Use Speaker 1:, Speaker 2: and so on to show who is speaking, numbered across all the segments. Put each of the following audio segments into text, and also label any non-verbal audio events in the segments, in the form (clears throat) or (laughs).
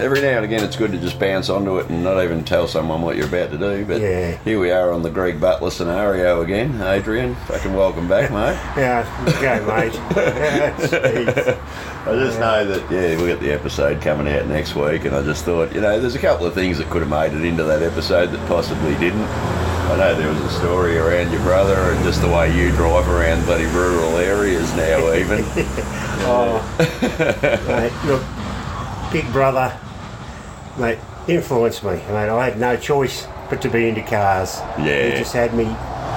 Speaker 1: every now and again, it's good to just bounce onto it and not even tell someone what you're about to do. But
Speaker 2: Yeah.
Speaker 1: here we are on the Greg Butler scenario again. Adrian, fucking welcome back, mate.
Speaker 2: Yeah, go, mate. Jeez.
Speaker 1: I just know that, yeah, we got the episode coming out next week, and I just thought, you know, there's a couple of things that could have made it into that episode that possibly didn't. I know there was a story around your brother and just the way you drive around bloody rural areas
Speaker 2: (laughs)
Speaker 1: now, even.
Speaker 2: oh, mate, look, Big Brother, mate, influenced me. Mate, I had no choice but to be into cars.
Speaker 1: Yeah.
Speaker 2: He just had me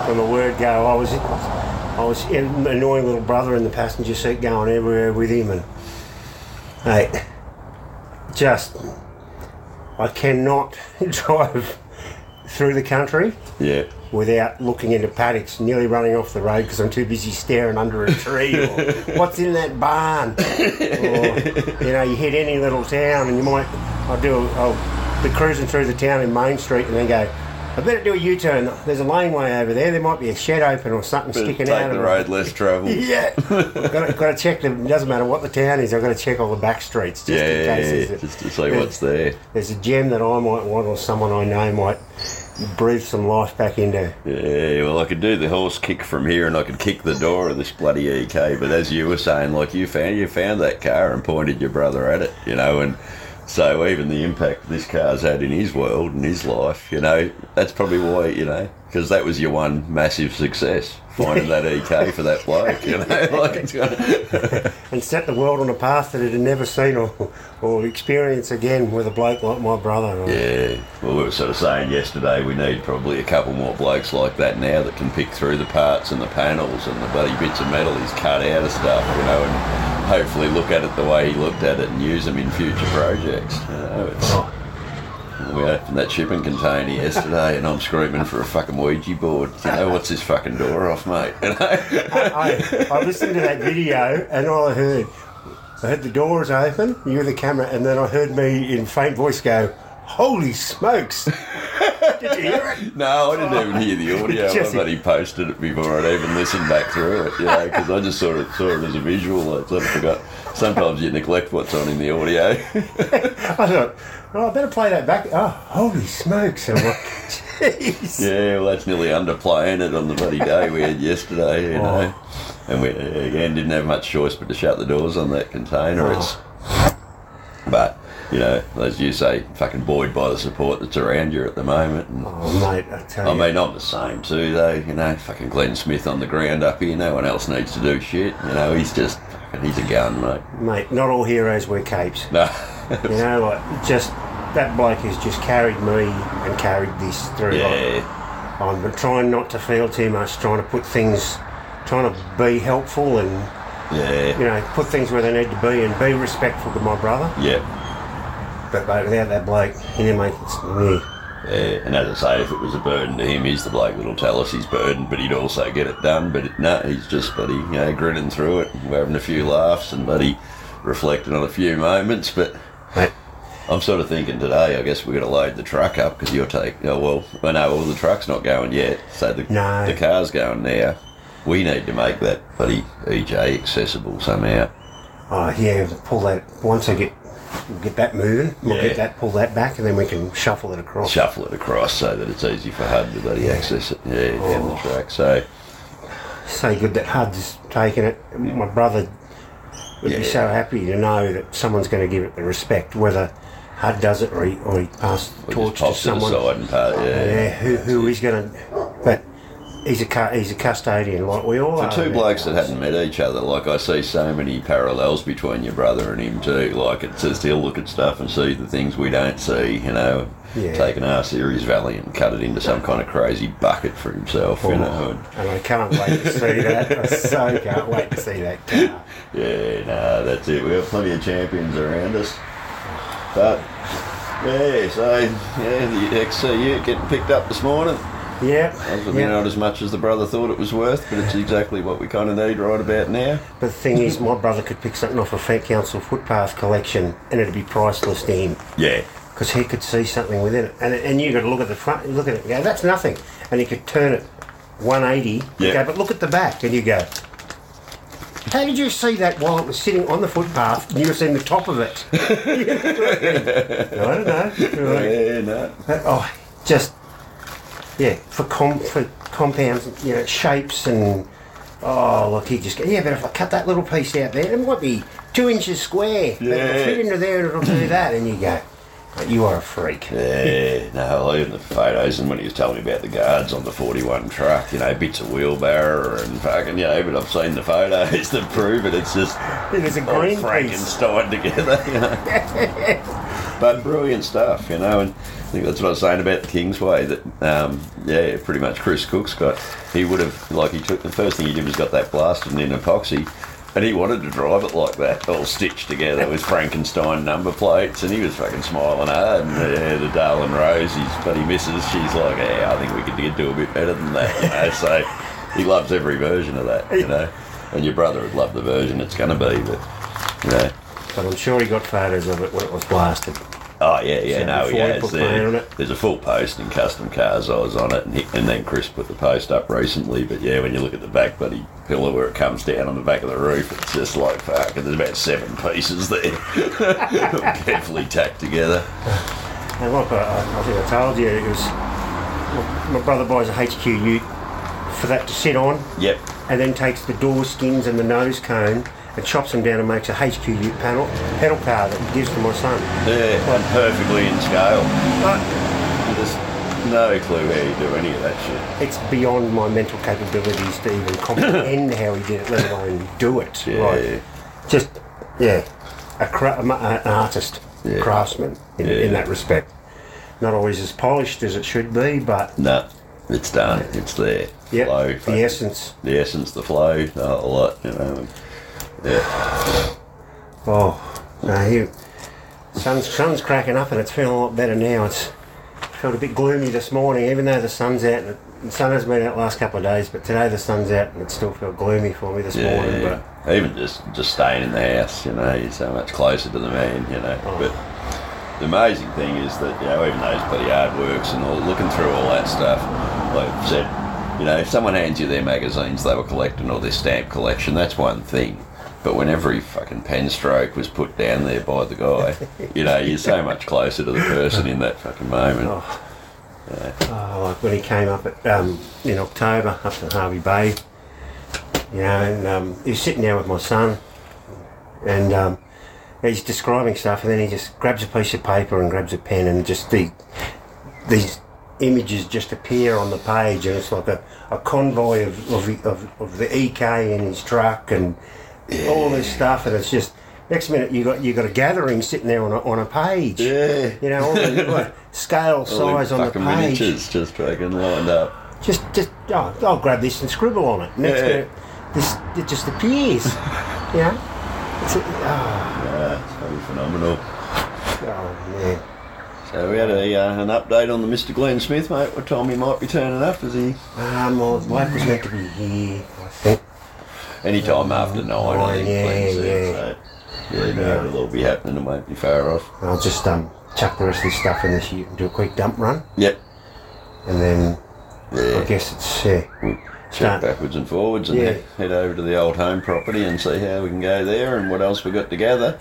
Speaker 2: from the word go. I was, I was an annoying little brother in the passenger seat going everywhere with him, and mate, just I cannot (laughs) drive through the country
Speaker 1: yeah.
Speaker 2: without looking into paddocks, nearly running off the road because I'm too busy staring under a tree
Speaker 1: (laughs)
Speaker 2: or what's in that barn. or, you know, you hit any little town and you might, I'll do, I'll be cruising through the town in Main Street and then go, I better do a U turn. There's a laneway over there. There might be a shed open or something sticking
Speaker 1: Take
Speaker 2: out
Speaker 1: the
Speaker 2: of it."
Speaker 1: road less traveled.
Speaker 2: (laughs) Yeah, got to, got to check the. It doesn't matter what the town is. I've got to check all the back streets just
Speaker 1: yeah,
Speaker 2: in
Speaker 1: yeah,
Speaker 2: case.
Speaker 1: yeah,
Speaker 2: there's a-
Speaker 1: just to see what's there.
Speaker 2: there's a gem that I might want or someone I know might breathe some life back into.
Speaker 1: Yeah, well, I could do the horse kick from here, and I could kick the door of this bloody EK. But as you were saying, like you found, you found that car and pointed your brother at it, you know, and so even the impact this car's had in his world and his life, you know, that's probably why, you know, because that was your one massive success finding that EK for that bloke, you know, (laughs) like it's gonna,
Speaker 2: and set the world on a path that it had never seen or, or experienced again with a bloke like my brother.
Speaker 1: yeah. Well, we were sort of saying yesterday we need probably a couple more blokes like that now that can pick through the parts and the panels and the bloody bits of metal he's cut out of stuff, you know, and hopefully look at it the way he looked at it and use them in future projects. You know, it's, we opened that shipping container yesterday and I'm screaming for a fucking Ouija board. You know, what's this fucking door off, mate? (laughs) You know?
Speaker 2: I, I listened to that video and all I heard, I heard the doors open, you were the camera, and then I heard me in faint voice go, Holy smokes! (laughs) Did you hear it?
Speaker 1: No, I didn't even hear the audio.
Speaker 2: Jesse.
Speaker 1: I he posted it before I'd even listened back through it, you know, because I just sort of saw it as a visual. I sort of forgot. Sometimes you neglect what's on in the audio.
Speaker 2: I thought, oh, I better play that back. Oh, holy smokes! And I'm like, jeez.
Speaker 1: (laughs) yeah, well, that's nearly underplaying it on the bloody day we had yesterday, you know. And we, again, didn't have much choice but to shut the doors on that container. It's, but, you know, as you say, fucking buoyed by the support that's around you at the moment. And,
Speaker 2: Oh, mate, I tell
Speaker 1: I
Speaker 2: you.
Speaker 1: mean, I'm the same too, though. You know, fucking Glenn Smith on the ground up here. No one else needs to do shit. You know, he's just fucking, he's a gun, mate. (laughs)
Speaker 2: mate, not all heroes wear capes.
Speaker 1: No.
Speaker 2: You know, like, just that bloke has just carried me and carried this through.
Speaker 1: yeah.
Speaker 2: I'm trying not to feel too much, trying to put things, trying to be helpful and,
Speaker 1: Yeah.
Speaker 2: you know, put things where they need to be and be respectful to my brother.
Speaker 1: Yeah.
Speaker 2: But mate, without that bloke, you know, mate, it's, yeah.
Speaker 1: Yeah. And as I say, if it was a burden to him, he's the bloke that'll tell us he's burdened, but he'd also get it done. But it, no, he's just bloody, you know, grinning through it. We're having a few laughs and bloody reflecting on a few moments. But
Speaker 2: Mate,
Speaker 1: I'm sort of thinking today, I guess we're going to load the truck up because you'll take. Oh, well, I know, well, the truck's not going yet, so the,
Speaker 2: No.
Speaker 1: the car's going now. We need to make that bloody EJ accessible somehow.
Speaker 2: oh yeah, pull that, once I get, get that moving, we'll
Speaker 1: Yeah.
Speaker 2: get that, pull that back and then we can shuffle it across.
Speaker 1: Shuffle it across so that it's easy for HUD to bloody access it. Yeah, down
Speaker 2: Oh.
Speaker 1: the track. So,
Speaker 2: so good that HUD's taken it. My brother would
Speaker 1: Yeah.
Speaker 2: be so happy to know that someone's going to give it the respect, whether HUD does it or he, or he passed the
Speaker 1: we
Speaker 2: torch
Speaker 1: just
Speaker 2: to
Speaker 1: pop to the
Speaker 2: someone.
Speaker 1: side and part. Yeah.
Speaker 2: Yeah, who, who is going to? But he's a cu- he's a custodian, like we all are.
Speaker 1: Two blokes that hadn't met each other, like I see so many parallels between your brother and him too. Like it says he'll look at stuff and see the things we don't see, you know.
Speaker 2: Yeah.
Speaker 1: Taking our series valley and cut it into some kind of crazy bucket for himself, you know. And
Speaker 2: and I can't wait to see that. I so can't wait to see that car.
Speaker 1: yeah, no, that's it. We have plenty of champions around us. But yeah, so yeah, the XCU getting picked up this morning.
Speaker 2: Yeah,
Speaker 1: Probably
Speaker 2: yeah.
Speaker 1: not as much as the brother thought it was worth, but it's exactly what we kind of need right about now.
Speaker 2: But the thing is, my brother could pick something off a Fent Council footpath collection, and it'd be priceless to him
Speaker 1: Yeah.
Speaker 2: because he could see something within it. And and you got to look at the front, look at it, and go, that's nothing. And he could turn it 180.
Speaker 1: Yeah.
Speaker 2: Go, but look at the back, and you go, How did you see that while it was sitting on the footpath and you were seeing the top of it? (laughs) I don't know. You're
Speaker 1: (laughs)
Speaker 2: like,
Speaker 1: Yeah, no.
Speaker 2: Oh, just yeah, for com for compounds, you know, shapes and oh look, he just go, yeah. But if I cut that little piece out there, it might be two inches square. but
Speaker 1: Yeah.
Speaker 2: it'll fit into there and it'll do that. And you go, "Mate, you are a freak.
Speaker 1: Yeah, no, well, even the photos and when he was telling me about the guards on the 41 truck, you know, bits of wheelbarrow and fucking, you know, but I've seen the photos (laughs) to prove it. It's just
Speaker 2: It was a
Speaker 1: all
Speaker 2: green piece.
Speaker 1: Frankenstein together, (laughs) you know. but brilliant stuff, you know, and I think that's what I was saying about the Kingsway, that, um, yeah, pretty much Chris Cook's got, he would have, like, he took, the first thing he did was got that blasted in epoxy, and he wanted to drive it like that, all stitched together with Frankenstein number plates, and he was fucking smiling hard, and yeah, the darling Rose, his buddy missus, she's like, yeah, I think we could do a bit better than that, you know, so he loves every version of that, you know. And your brother would love the version it's going to be, but yeah.
Speaker 2: But I'm sure he got photos of it when it was blasted.
Speaker 1: Oh yeah, yeah,
Speaker 2: So
Speaker 1: no,
Speaker 2: before
Speaker 1: yeah.
Speaker 2: he
Speaker 1: It's
Speaker 2: put
Speaker 1: there.
Speaker 2: Brian on it?
Speaker 1: There's a full post in Custom Cars I was on it, and, he, and then Chris put the post up recently. But yeah, when you look at the back bloody pillar where it comes down on the back of the roof, it's just like fuck. And there's about seven pieces there, (laughs) carefully tacked together.
Speaker 2: And like I, I think I told you, it was my, my brother buys a HQ ute for that to sit on.
Speaker 1: Yep.
Speaker 2: and then takes the door skins and the nose cone and chops them down and makes a HQ ute panel pedal car that he gives to my son.
Speaker 1: Yeah, and perfectly in scale.
Speaker 2: But
Speaker 1: There's no clue how you do any of that shit.
Speaker 2: it's beyond my mental capabilities to even comprehend how he did it, let alone do it.
Speaker 1: Yeah.
Speaker 2: just yeah, a cra- a, ma- an artist,
Speaker 1: Yeah.
Speaker 2: craftsman in,
Speaker 1: Yeah.
Speaker 2: in that respect. Not always as polished as it should be, but
Speaker 1: No, it's done. It's there.
Speaker 2: yeah,
Speaker 1: Flow, fucking-
Speaker 2: the essence.
Speaker 1: the essence, the flow, the whole lot. You know. Yeah.
Speaker 2: Oh, no, he, sun's, sun's cracking up and it's feeling a lot better now. It's felt a bit gloomy this morning, even though the sun's out. and The sun has been out the last couple of days, but today the sun's out and it still felt gloomy for me this morning.
Speaker 1: Yeah,
Speaker 2: But
Speaker 1: even just just staying in the house, you know, you're so much closer to the man, you know.
Speaker 2: Oh.
Speaker 1: But the amazing thing is that you know, even those bloody hard works and all, looking through all that stuff, like I said, you know, if someone hands you their magazines they were collecting or their stamp collection, that's one thing. But when every fucking pen stroke was put down there by the
Speaker 2: (laughs)
Speaker 1: guy, you know, you're so much closer to the person in that fucking moment.
Speaker 2: oh, like when he came up at, um, in October up to Harvey Bay, you know, and um, he was sitting there with my son and um, he's describing stuff and then he just grabs a piece of paper and grabs a pen and just the these images just appear on the page and it's like a, a convoy of, of, of, of the EK in his truck and all this stuff and it's just next minute you got you got a gathering sitting there on a, on a page
Speaker 1: Yeah.
Speaker 2: you know all the
Speaker 1: (laughs)
Speaker 2: like, scale
Speaker 1: All them
Speaker 2: size on the
Speaker 1: fucking
Speaker 2: page
Speaker 1: miniatures just fucking lined up.
Speaker 2: just just oh, I'll grab this and scribble on it next
Speaker 1: Yeah.
Speaker 2: minute this it
Speaker 1: (laughs)
Speaker 2: just appears you know it's a, oh,
Speaker 1: Yeah, it's pretty phenomenal.
Speaker 2: oh man
Speaker 1: So we had a, uh, an update on the Mr. Glenn Smith, mate. What time he might be turning up? Is he
Speaker 2: Um, well, Blake was meant to be here, I think.
Speaker 1: any time after nine? I think.
Speaker 2: Oh, yeah,
Speaker 1: Glenn said,
Speaker 2: yeah.
Speaker 1: So, yeah, no, it'll all be happening. It won't be far off.
Speaker 2: I'll just um, chuck the rest of this stuff in this ute and do a quick dump run,
Speaker 1: Yep.
Speaker 2: and then I
Speaker 1: Yeah.
Speaker 2: guess it's yeah.
Speaker 1: We'll check
Speaker 2: Start-
Speaker 1: backwards and forwards and
Speaker 2: Yeah.
Speaker 1: he- head over to the old home property and see how we can go there and what else we got to gather.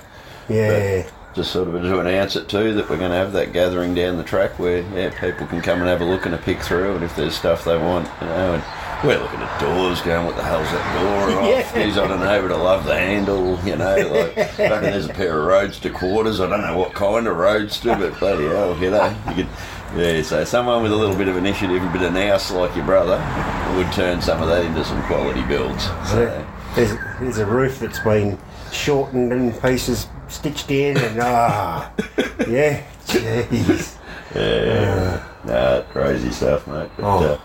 Speaker 2: yeah,
Speaker 1: Just sort of to announce it too that we're going to have that gathering down the track where yeah, people can come and have a look and a pick through, and if there's stuff they want, you know. And we're looking at doors, going, "What the hell's that door?"
Speaker 2: Yeah.
Speaker 1: Off? Geez, I don't know, but I love the handle, you know. Like, fucking, there's a pair of roadster quarters. I don't know what kind of roadster, but bloody hell, you know, you could. Yeah, so someone with a little bit of initiative, and a bit of nous like your brother, would turn some of that into some quality builds. So,
Speaker 2: So there's there's a roof that's been shortened in pieces, stitched in, and
Speaker 1: (laughs)
Speaker 2: ah, yeah, jeez.
Speaker 1: Yeah, nah, crazy stuff, mate. But,
Speaker 2: Oh.
Speaker 1: uh,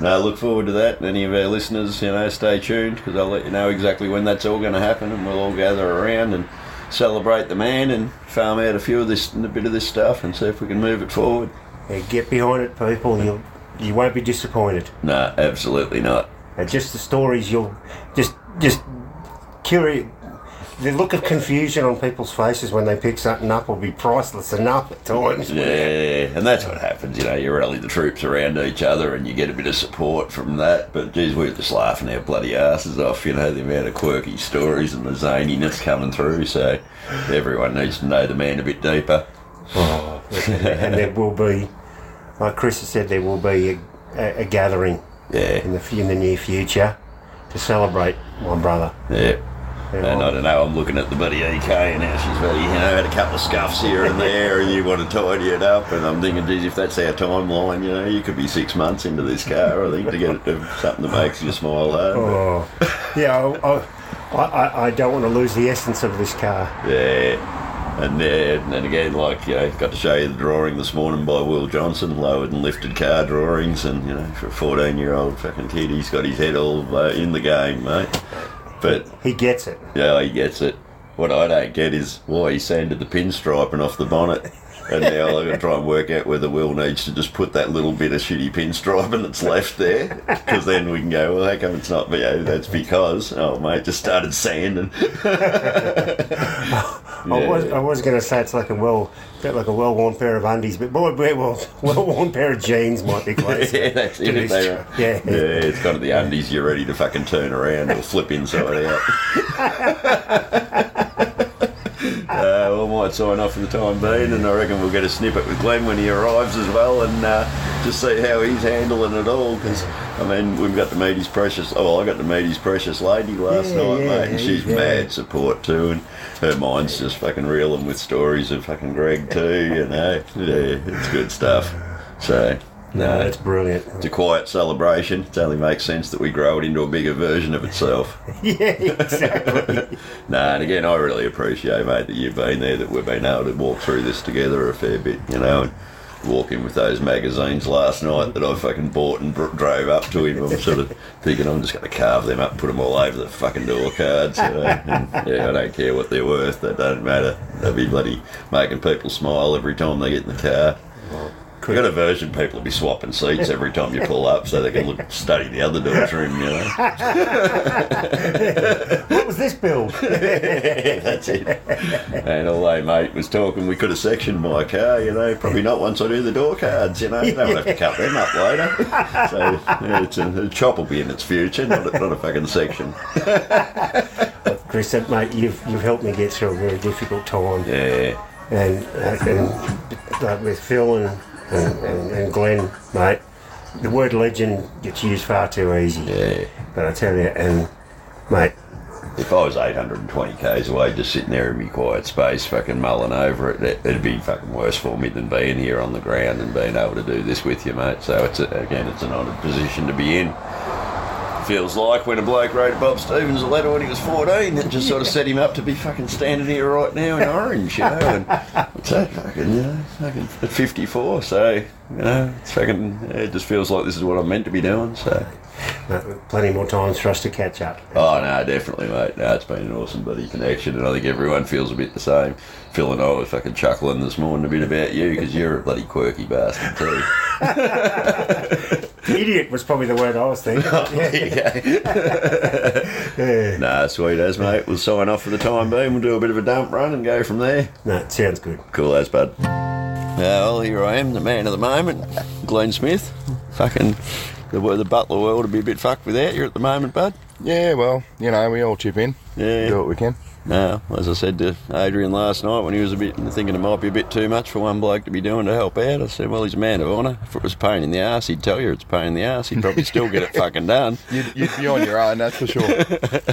Speaker 1: no, look forward to that. And any of our listeners, you know, stay tuned because I'll let you know exactly when that's all going to happen, and we'll all gather around and celebrate the man and farm out a few of this, a bit of this stuff, and see if we can move it forward.
Speaker 2: Yeah, get behind it, people. You you won't be disappointed.
Speaker 1: No,
Speaker 2: Uh,
Speaker 1: absolutely not.
Speaker 2: And just the stories you'll just just curious the look of confusion on people's faces when they pick something up will be priceless enough at
Speaker 1: (laughs)
Speaker 2: times.
Speaker 1: Yeah, and that's what happens, you know, you rally the troops around each other and you get a bit of support from that. But geez, we were just laughing our bloody asses off, you know, the amount of quirky stories and the zaniness coming through. So everyone needs to know the man a bit deeper.
Speaker 2: Oh, and there will be, like Chris has said, there will be a, a, a gathering in
Speaker 1: Yeah,
Speaker 2: the f- in the near future to celebrate my brother.
Speaker 1: yeah.
Speaker 2: You
Speaker 1: And
Speaker 2: know,
Speaker 1: I don't know, I'm looking at the buddy EK and how she's really, you know, had a couple of scuffs here and there and you want to tidy it up. And I'm thinking, geez, if that's our timeline, you know, you could be six months into this car, I think, to get it to something that makes you smile. eh? Though.
Speaker 2: oh, yeah, I, I- I, I, I don't want to lose the essence of this car.
Speaker 1: Yeah. And then, and then again, like, you know, got to show you the drawing this morning by Will Johnson, lowered and lifted car drawings. And, you know, for a 14 year old fucking kid, he's got his head all uh, in the game, mate. But
Speaker 2: He gets it.
Speaker 1: Yeah, he gets it. What I don't get is why he sanded the pinstriping off the bonnet. And now I've got to try and work out whether Will needs to just put that little bit of shitty pinstriping that's left there. Because then we can go, well, how come it's not, you know, that's because, oh, mate, just started sanding.
Speaker 2: I was I was going to say it's like a well, bit like a well-worn pair of undies, but boy, well, (laughs) well-worn pair of jeans might
Speaker 1: (laughs)
Speaker 2: be close.
Speaker 1: yeah, that's it. if
Speaker 2: this
Speaker 1: they-
Speaker 2: job.
Speaker 1: yeah.
Speaker 2: Yeah.
Speaker 1: it's got the undies you're ready to fucking turn around or flip inside
Speaker 2: (laughs)
Speaker 1: out. Uh, well, I might sign off for the time being, and I reckon we'll get a snippet with Glenn when he arrives as well, and uh, just see how he's handling it all. Because I mean, we've got to meet his precious. Oh, I got to meet his precious lady last
Speaker 2: Yeah,
Speaker 1: night,
Speaker 2: yeah,
Speaker 1: mate, and
Speaker 2: yeah,
Speaker 1: she's
Speaker 2: yeah.
Speaker 1: mad support too, and her mind's just fucking reeling with stories of fucking Greg too. You know, yeah, it's good stuff. So.
Speaker 2: Oh,
Speaker 1: No,
Speaker 2: that's brilliant.
Speaker 1: (laughs) it's a quiet celebration. It only makes sense that we grow it into a bigger version of itself.
Speaker 2: Yeah, exactly.
Speaker 1: nah, and again, I really appreciate, mate, that you've been there, that we've been able to walk through this together a fair bit, you know, and walking with those magazines last night that I fucking bought and dr- drove up to him. I'm sort of thinking I'm just going to carve them up, put them all over the fucking door cards. You know? and, yeah, I don't care what they're worth. They don't matter. They'll be bloody making people smile every time they get in the car. We've got a version people will be swapping seats every time you pull up so they can look, study the other door's room, you know.
Speaker 2: what was this build?
Speaker 1: Yeah, that's it. and although mate was talking, we could have sectioned my car, you know, probably not once I do the door cards, you know, don't have to cut them up later. So yeah, it's a, a chop will be in its future, not a, not a fucking section.
Speaker 2: Chris, uh, mate, you've you've helped me get through a very difficult time,
Speaker 1: Yeah,
Speaker 2: and uh, and like with Phil and and, and and Glenn, mate, the word legend gets used far too easy.
Speaker 1: yeah.
Speaker 2: But I tell you, and mate,
Speaker 1: If I was 820 k's away, just sitting there in my quiet space, fucking mulling over it, it, it'd be fucking worse for me than being here on the ground and being able to do this with you, mate. So it's a, again, it's an honoured position to be in. Feels like when a bloke wrote Bob Stevens a letter when he was 14 that just sort of set him up to be fucking standing here right now in orange, you know. And what's that fucking, you know, fucking at 54. So, you know, it's fucking, it just feels like this is what I'm meant to be doing. So.
Speaker 2: mate, uh, plenty more times for us to catch up.
Speaker 1: Oh no, definitely, mate. No, it's been an awesome buddy connection, and I think everyone feels a bit the same. Phil and I were fucking chuckling this morning a bit about you because you're a bloody quirky bastard too.
Speaker 2: Idiot was probably the word I was
Speaker 1: (laughs)
Speaker 2: thinking.
Speaker 1: There you go. nah, sweet as mate. We'll sign off for the time being. We'll do a bit of a dump run and go from there.
Speaker 2: No, it sounds (laughs) good.
Speaker 1: Cool as bud. Now, well, here I am, the man of the moment, Glenn Smith. Fucking the, the butler world would be a bit fucked without you at the moment, bud.
Speaker 3: Yeah, well, you know, we all chip in.
Speaker 1: Yeah.
Speaker 3: Do what we can.
Speaker 1: No, as I said to Adrian last night when he was a bit thinking it might be a bit too much for one bloke to be doing to help out, I said, well, he's a man of honour. If it was a pain in the arse, he'd tell you it's a pain in the arse. He'd probably still get
Speaker 3: (laughs)
Speaker 1: it fucking done.
Speaker 3: You'd, you'd be on your own, that's for sure. (laughs)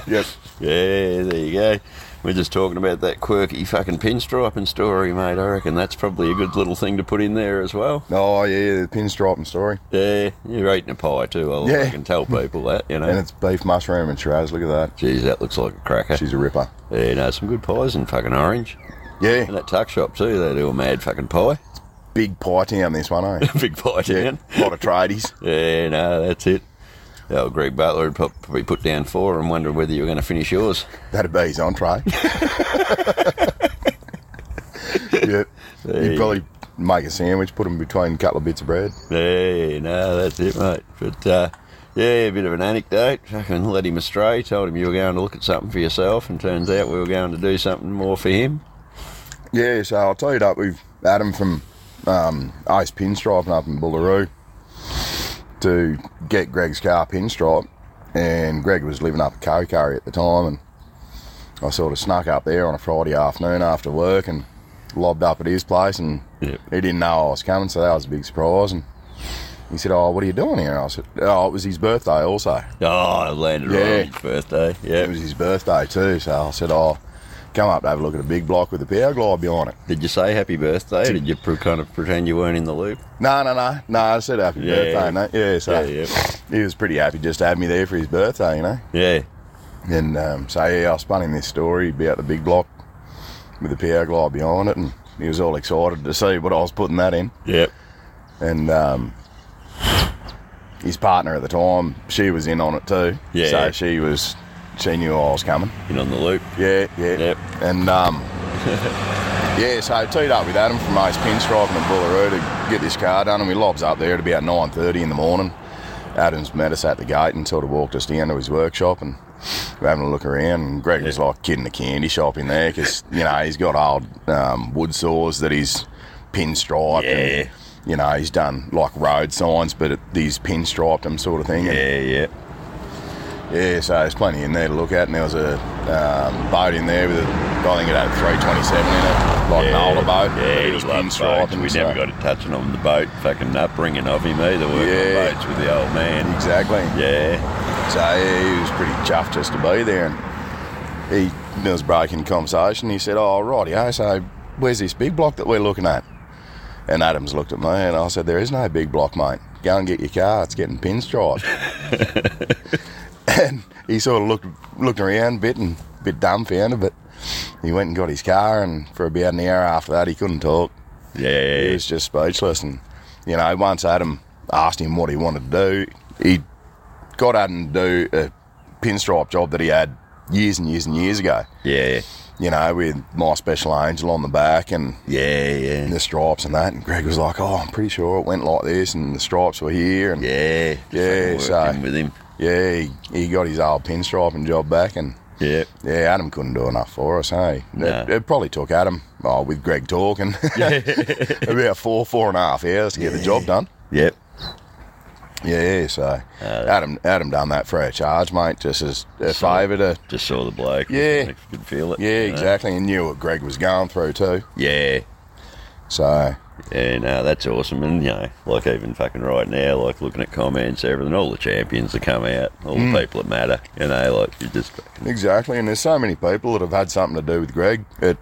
Speaker 3: Yep.
Speaker 1: Yeah, there you go. We're just talking about that quirky fucking pinstriping story, mate. I reckon that's probably a good little thing to put in there as well.
Speaker 3: Oh, yeah, the pinstriping story.
Speaker 1: Yeah, you're eating a pie too. I'll
Speaker 3: Yeah.
Speaker 1: fucking tell people that, you
Speaker 3: And
Speaker 1: know.
Speaker 3: it's beef mushroom and Shiraz. Look at
Speaker 1: Jeez, that looks like a cracker.
Speaker 3: that. She's a ripper.
Speaker 1: Yeah, no, some good pies in fucking orange. And
Speaker 3: Yeah,
Speaker 1: that tuck shop too, they do a mad fucking pie. (laughs)
Speaker 3: big pie town, this one, eh?
Speaker 1: Big pie
Speaker 3: (laughs) Yeah,
Speaker 1: town.
Speaker 3: a lot of tradies.
Speaker 1: Yeah, no, that's it. Oh, Greg Butler had prob- probably put down four and wondered whether you were going to finish yours.
Speaker 3: That'd be his (laughs) entree. yeah.
Speaker 1: Hey.
Speaker 3: You'd probably make a sandwich, put them between a couple of bits of bread.
Speaker 1: Yeah, no, that's it, mate. But uh, Yeah, a bit of an anecdote. Fucking led him astray. Told him you were going to look at something for yourself, and turns out we were going to do something more for him.
Speaker 3: Yeah, so I'll tell you that we've Adam from um, Ace Pinstriping up in Bullaroo to get Greg's car pinstripe, and Greg was living up at Kokari at the time, and I sort of snuck up there on a Friday afternoon after work and lobbed up at his place, and
Speaker 1: Yep.
Speaker 3: he didn't know I was coming, so that was a big surprise, and. He said, "Oh, what are you doing here?" I said, "Oh, it was his birthday, also.
Speaker 1: Oh, I landed right
Speaker 3: Yeah.
Speaker 1: on his birthday. Yeah.
Speaker 3: It was his birthday too." So I said, "Oh, come up to have a look at a big block with a power glide behind it."
Speaker 1: Did you say happy birthday? Did you pre- kind of pretend you weren't in the loop?
Speaker 3: No, no, no, no. I said happy
Speaker 1: Yeah, yeah.
Speaker 3: birthday, mate. Yeah, so
Speaker 1: Yeah, yeah.
Speaker 3: he was pretty happy just to have me there for his birthday, you know.
Speaker 1: Yeah.
Speaker 3: And um, so yeah, I spun him this story about the big block with the power glide behind it, and he was all excited to see what I was putting that in.
Speaker 1: Yep.
Speaker 3: And um, his partner at the time, she was in on it too.
Speaker 1: Yeah.
Speaker 3: So she was, she knew I was coming.
Speaker 1: In on the loop.
Speaker 3: Yeah, yeah.
Speaker 1: Yep. (laughs)
Speaker 3: And um, yeah, so teed up with Adam from Ace Pinstripe and Bullaroo to get this car done, and we lobs up there at about nine thirty in the morning. Adam's met us at the gate and sort of walked us down to his workshop and we're having a look around. And Greg was like kidding the candy shop in there because you know he's got old um, wood saws that he's pinstriped.
Speaker 1: Yeah.
Speaker 3: And, you know he's done like road signs, but it, he's pinstriped them sort of thing. And-
Speaker 1: Yeah, yeah.
Speaker 3: yeah, so there's plenty in there to look at, and there was a um, boat in there with a, I think it had a 327 in it, like
Speaker 1: yeah.
Speaker 3: an older boat.
Speaker 1: Yeah,
Speaker 3: but
Speaker 1: he
Speaker 3: it was
Speaker 1: loved
Speaker 3: pinstriped
Speaker 1: boats.
Speaker 3: and
Speaker 1: We
Speaker 3: so-
Speaker 1: never got a touching on the boat. Fucking upbringing of him either. Working
Speaker 3: Yeah.
Speaker 1: on boats with the old man.
Speaker 3: Exactly.
Speaker 1: Yeah.
Speaker 3: So yeah, he was pretty chuffed just to be there, and he there was breaking conversation. He said, "Oh, rightio, so where's this big block that we're looking at?" And Adams looked at me, and I said, "There is no big block, mate. Go and get your car. It's getting pinstriped." and he sort of looked looked around a bit and a bit dumbfounded, but he went and got his car, and for about an hour after that, he couldn't talk.
Speaker 1: Yeah.
Speaker 3: He was just speechless. And, you know, once Adam asked him what he wanted to do, he got Adam to do a pinstripe job that he had years and years and years ago,
Speaker 1: Yeah.
Speaker 3: you know, with My Special Angel on the back and
Speaker 1: Yeah, yeah.
Speaker 3: the stripes and that. And Greg was like, oh, I'm pretty sure it went like this and the stripes were here. And
Speaker 1: Yeah. Just
Speaker 3: Yeah,
Speaker 1: fucking
Speaker 3: so-
Speaker 1: working with him.
Speaker 3: yeah, he, he got his old pinstriping job back and.
Speaker 1: Yeah.
Speaker 3: Yeah, Adam couldn't do enough for us, hey?
Speaker 1: No.
Speaker 3: It, it probably took Adam, oh, with Greg talking, (laughs) about four, four and a half hours to get the job done.
Speaker 1: Yep.
Speaker 3: Yeah, so Adam Adam done that for a charge, mate, just as a
Speaker 1: So-
Speaker 3: favour to.
Speaker 1: Just saw the bloke.
Speaker 3: Yeah.
Speaker 1: Could feel it.
Speaker 3: Yeah,
Speaker 1: you know?
Speaker 3: exactly, and knew what Greg was going through too.
Speaker 1: Yeah.
Speaker 3: So
Speaker 1: Yeah, no, that's awesome. And, you know, like even fucking right now, like looking at comments, everything, all the champions that come out, all
Speaker 3: Mm.
Speaker 1: the people that matter, you know, like you just fucking,
Speaker 3: exactly, and there's so many people that have had something to do with Greg, it,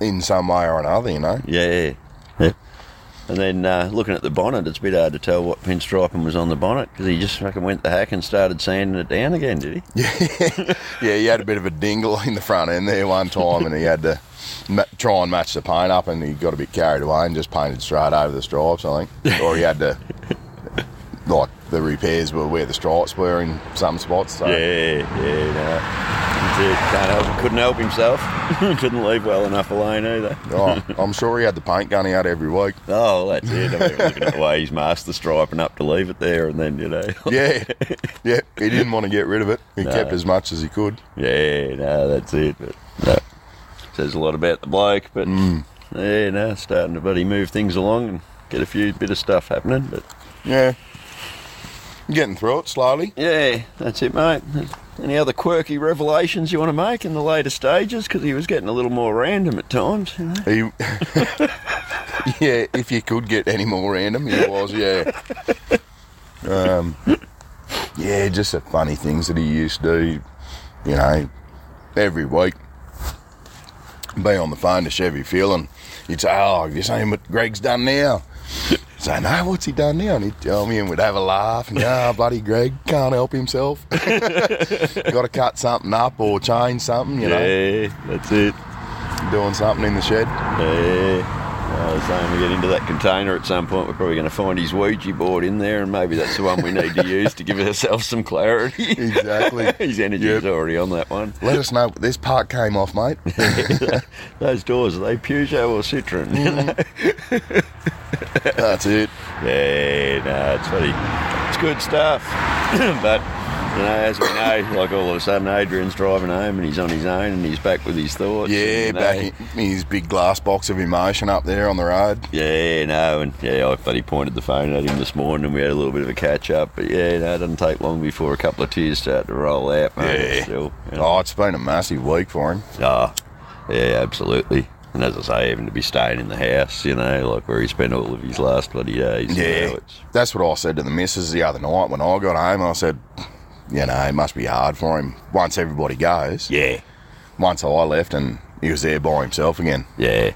Speaker 3: in some way or another, you know.
Speaker 1: yeah. yeah. And then uh, looking at the bonnet, it's a bit hard to tell what pinstriping was on the bonnet because he just fucking went the hack and started sanding it down again, did he?
Speaker 3: Yeah, yeah, he had a bit of a dingle (laughs) in the front end there one time, and he had to ma- try and match the paint up, and he got a bit carried away and just painted straight over the stripes, I think, (laughs) or he had to. Like the repairs were where the stripes were in some spots. So.
Speaker 1: Yeah, yeah. No. That's it. Can't help, couldn't help himself. (laughs) couldn't leave well enough alone either.
Speaker 3: Oh, I'm sure he had the paint gun out every week.
Speaker 1: Oh, that's it. I mean, looking at the way he's master striping up to leave it there and then, you know. (laughs)
Speaker 3: Yeah, (laughs) yeah. He didn't want to get rid of it. He
Speaker 1: No.
Speaker 3: kept as much as he could.
Speaker 1: Yeah, no, that's it. But no, says a lot about the bloke. But yeah, no, starting to buddy move things along and get a few bit of stuff happening. But
Speaker 3: Yeah, getting through it slowly.
Speaker 1: yeah, that's it, mate. Any other quirky revelations you want to make in the later stages? Because he was getting a little more random at times. You know?
Speaker 3: He, (laughs) yeah. If you could get any more random, he was. Yeah. Um. Yeah, just the funny things that he used to do. You know, every week, be on the phone to Chevy Phil, and you'd say, "Oh, have you seen what Greg's done now?" Say, no, what's he done now? And he'd tell me, and we'd have a laugh, and ah, bloody Greg can't help himself. (laughs) Got to cut something up or change something, you know,
Speaker 1: Yeah, that's it.
Speaker 3: doing something in the shed.
Speaker 1: Yeah. I was saying we get into that container at some point. We're probably going to find his Ouija board in there, and maybe that's the one we (laughs) need to use to give ourselves some clarity.
Speaker 3: Exactly.
Speaker 1: (laughs) his energy
Speaker 3: Yep.
Speaker 1: is already on that (laughs) one.
Speaker 3: Let us know. This part came
Speaker 1: (laughs)
Speaker 3: off, mate.
Speaker 1: Those doors, are they Peugeot or Citroen? you know?
Speaker 3: That's it.
Speaker 1: yeah, no, uh, it's funny. It's good stuff. (clears throat) but you know, as we know, like all of a sudden, Adrian's driving home and he's on his own and he's back with his thoughts.
Speaker 3: Yeah,
Speaker 1: and, uh, you know,
Speaker 3: back in in his big glass box of emotion up there on the road.
Speaker 1: Yeah, no, and yeah, I bloody pointed the phone at him this morning and we had a little bit of a catch up. But yeah, no, it doesn't take long before a couple of tears start to roll out, mate.
Speaker 3: Yeah.
Speaker 1: it's Still, you know.
Speaker 3: Oh, it's been a massive week for him.
Speaker 1: Ah, yeah, absolutely. And as I say, even to be staying in the house, you know, like where he spent all of his last bloody days. you know,
Speaker 3: Yeah,
Speaker 1: it's,
Speaker 3: that's what I said to the missus the other night when I got home. I said, you know, it must be hard for him once everybody goes.
Speaker 1: yeah,
Speaker 3: Once I left and he was there by himself again.
Speaker 1: yeah,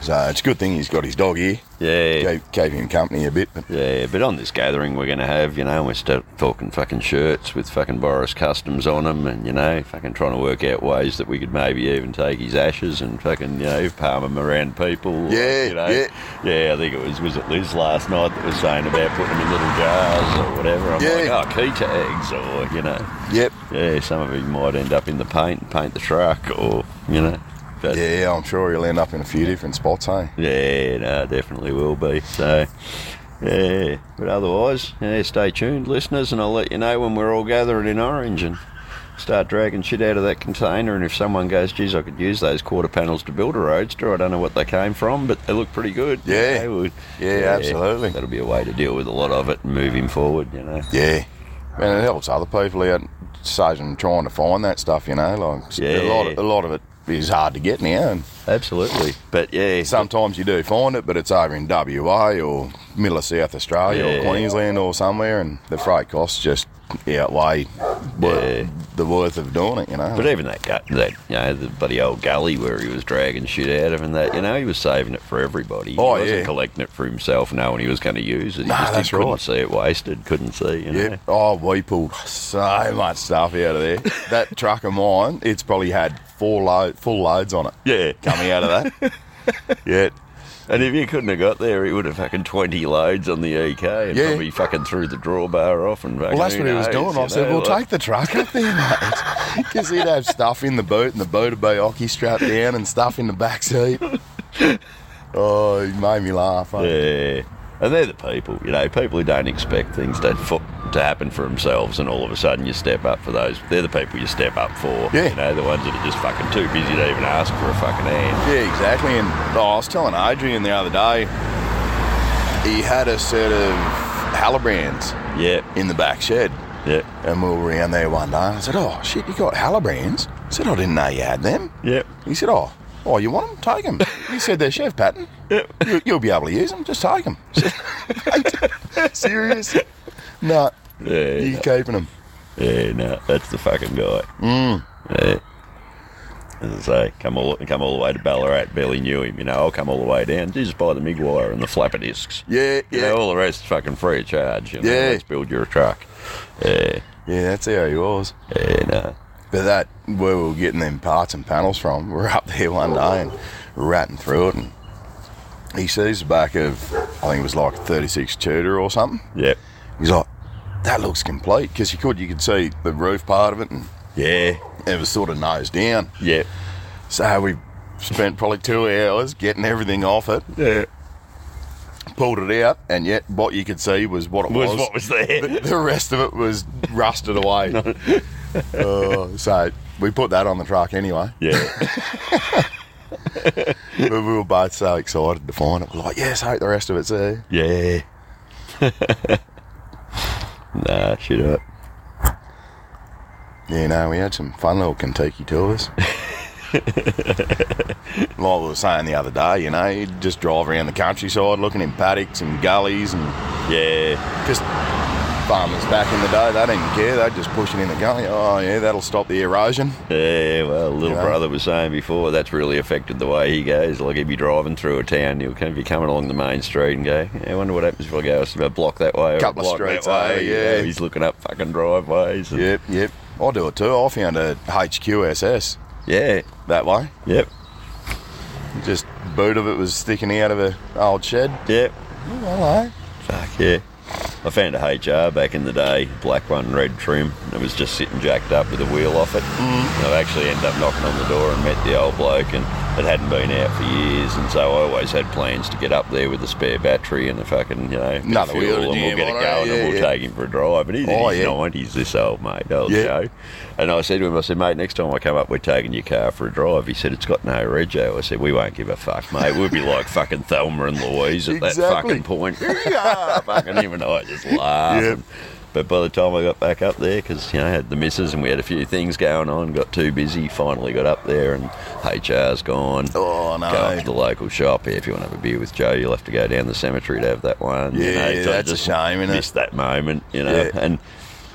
Speaker 3: So it's a good thing he's got his dog here.
Speaker 1: yeah.
Speaker 3: Gave, gave him company a bit. But
Speaker 1: Yeah, but on this gathering we're going to have, you know, we're st- talking fucking shirts with fucking Boris Customs on them and, you know, fucking trying to work out ways that we could maybe even take his ashes and fucking, you know, palm them around people. or,
Speaker 3: Yeah,
Speaker 1: you know.
Speaker 3: yeah.
Speaker 1: Yeah, I think it was, was it Liz last night that was saying about putting them in little jars or whatever. I'm
Speaker 3: Yeah.
Speaker 1: like, oh, key tags or, you know.
Speaker 3: yep.
Speaker 1: Yeah, some of you might end up in the paint and paint the truck or, you know. But,
Speaker 3: Yeah, I'm sure he'll end up in a few different spots, hey?
Speaker 1: yeah, no, definitely will be. So, yeah. But otherwise, yeah, stay tuned, listeners, and I'll let you know when we're all gathered in Orange and start dragging shit out of that container. And if someone goes, geez, I could use those quarter panels to build a roadster, I don't know what they came from, but they look pretty good.
Speaker 3: Yeah.
Speaker 1: They would.
Speaker 3: Yeah, absolutely.
Speaker 1: That'll be a way to deal with a lot of it and move him forward, you know.
Speaker 3: Yeah. And it helps other people out saves them trying to find that stuff, you know. Like a lot
Speaker 1: Yeah.
Speaker 3: a lot of it is hard to get now and
Speaker 1: Absolutely. But yeah.
Speaker 3: sometimes you do find it, but it's over in WA or middle of South Australia
Speaker 1: Yeah.
Speaker 3: or Queensland or somewhere and the freight costs just outweigh wor-
Speaker 1: Yeah.
Speaker 3: the worth of doing it, you know.
Speaker 1: But even that, gu- that you know, the bloody old gully where he was dragging shit out of, and that, you know, he was saving it for everybody.
Speaker 3: Oh,
Speaker 1: he wasn't
Speaker 3: yeah.
Speaker 1: collecting it for himself, knowing he was going to use it. He
Speaker 3: Nah,
Speaker 1: just
Speaker 3: that's
Speaker 1: he couldn't
Speaker 3: right.
Speaker 1: see it wasted, couldn't see. You know?
Speaker 3: Yep. Oh, we pulled so much stuff out
Speaker 1: (laughs)
Speaker 3: of there. That truck of mine, it's probably had four load, full loads on it
Speaker 1: Yeah,
Speaker 3: coming out of
Speaker 1: (laughs)
Speaker 3: that. yeah.
Speaker 1: and if you couldn't have got there, he would have fucking twenty loads on the EK and
Speaker 3: Yeah.
Speaker 1: probably fucking threw the drawbar off and.
Speaker 3: Well, that's what he was doing. I said, "Well, take the truck up there, mate," because he'd have stuff in the boot, and the boot would be hockey strapped down, and stuff in the back seat. Oh, he made me laugh. eh?
Speaker 1: Yeah. And they're the people, you know, people who don't expect things to, for, to happen for themselves, and all of a sudden you step up for those. They're the people you step up for.
Speaker 3: Yeah.
Speaker 1: You know, the ones that are just fucking too busy to even ask for a fucking hand.
Speaker 3: Yeah, exactly. And oh, I was telling Adrian the other day, he had a set of Halibrands
Speaker 1: Yep,
Speaker 3: in the back shed.
Speaker 1: yep,
Speaker 3: And we were around there one day, and I said, "Oh shit, you got Halibrands?" I said, "I didn't know you had them."
Speaker 1: yep.
Speaker 3: He said, "Oh, oh, you want them? Take them." He said, "They're chef pattern. You, you'll be able to use them. Just take them." Serious? No,
Speaker 1: Yeah,
Speaker 3: you keeping them?
Speaker 1: yeah, no, that's the fucking guy. Mm. Yeah. As I say, come all come all the way to Ballarat, barely knew him. You know, I'll come all the way down. Just buy the MIG wire and the flapper discs.
Speaker 3: Yeah,
Speaker 1: You know, all the rest is fucking free of charge. You know,
Speaker 3: Yeah.
Speaker 1: let's build your truck. Yeah,
Speaker 3: yeah. That's how he was.
Speaker 1: yeah, no.
Speaker 3: But that where we were getting them parts and panels from, we we're up there one day and ratting through it, and he sees the back of I think it was like a 36 Tudor or something.
Speaker 1: Yep.
Speaker 3: He's like, "That looks complete," because you could you could see the roof part of it, and
Speaker 1: Yeah,
Speaker 3: it was sort of nose down.
Speaker 1: yep.
Speaker 3: So we spent probably two hours getting everything off it. Yeah. Pulled it out, and yet what you could see was what it was.
Speaker 1: Was what was there.
Speaker 3: (laughs) The, the rest of it was rusted
Speaker 1: (laughs)
Speaker 3: away. Uh, so we put that on the truck anyway.
Speaker 1: Yeah,
Speaker 3: But we were both so excited to find it. We're like, yes, hope the rest of it's there.
Speaker 1: yeah. (laughs) nah, shit up.
Speaker 3: Yeah, no, we had some fun little
Speaker 1: (laughs)
Speaker 3: Kentucky tours. like we were saying the other day, you know, you'd just drive around the countryside looking in paddocks and gullies and
Speaker 1: Yeah,
Speaker 3: Because farmers back in the day, they didn't care. They'd just push it in the gully. Oh, yeah, that'll stop the erosion.
Speaker 1: yeah. Well, little
Speaker 3: Yeah.
Speaker 1: brother was saying before that's really affected the way he goes. Like he'd be driving through a town, he'll come, be coming along the main street and go, "Yeah, I wonder what happens if I go a block that way, or a
Speaker 3: Couple of
Speaker 1: block that
Speaker 3: streets, eh?
Speaker 1: way." You
Speaker 3: Yeah.
Speaker 1: know, he's looking up fucking driveways. and-
Speaker 3: Yep, yep. I do it too. I found a HQSS
Speaker 1: yeah,
Speaker 3: that way.
Speaker 1: yep,
Speaker 3: Just boot of it was sticking out of a old shed.
Speaker 1: yep.
Speaker 3: Oh, hello.
Speaker 1: Fuck yeah. I found a HR back in the day, black one, red trim, and it was just sitting jacked up with a wheel off it. Mm. And I actually ended up knocking on the door and met the old bloke, and it hadn't been out for years, and so I always had plans to get up there with a spare battery and a fucking you know bit of
Speaker 3: Another wheel
Speaker 1: fuel,
Speaker 3: to
Speaker 1: and we'll
Speaker 3: jam
Speaker 1: get it
Speaker 3: on, eh?
Speaker 1: going
Speaker 3: Yeah,
Speaker 1: and we'll
Speaker 3: yeah.
Speaker 1: take him for a drive. And he's
Speaker 3: Oh,
Speaker 1: in his
Speaker 3: yeah.
Speaker 1: nineties, this old mate, old
Speaker 3: Yeah.
Speaker 1: Joe. And I said to him, I said, mate, next time I come up, we're taking your car for a drive. He said, it's got no rego. I said, we won't give a fuck, mate. We'll be like fucking Thelma and Louise at that
Speaker 3: Exactly.
Speaker 1: fucking point. (laughs) fucking him and I just laughed.
Speaker 3: Yep.
Speaker 1: But by the time I got back up there, because you know I had the missus and we had a few things going on, got too busy. Finally got up there, and HR's gone.
Speaker 3: Oh, no.
Speaker 1: Go up to the local shop. Yeah, if you want to have a beer with Joe, you'll have to go down the cemetery to have that one. you
Speaker 3: Yeah,
Speaker 1: know, so I
Speaker 3: that's a
Speaker 1: just
Speaker 3: shame, isn't it?
Speaker 1: Missed that moment, you know.
Speaker 3: Yeah.
Speaker 1: And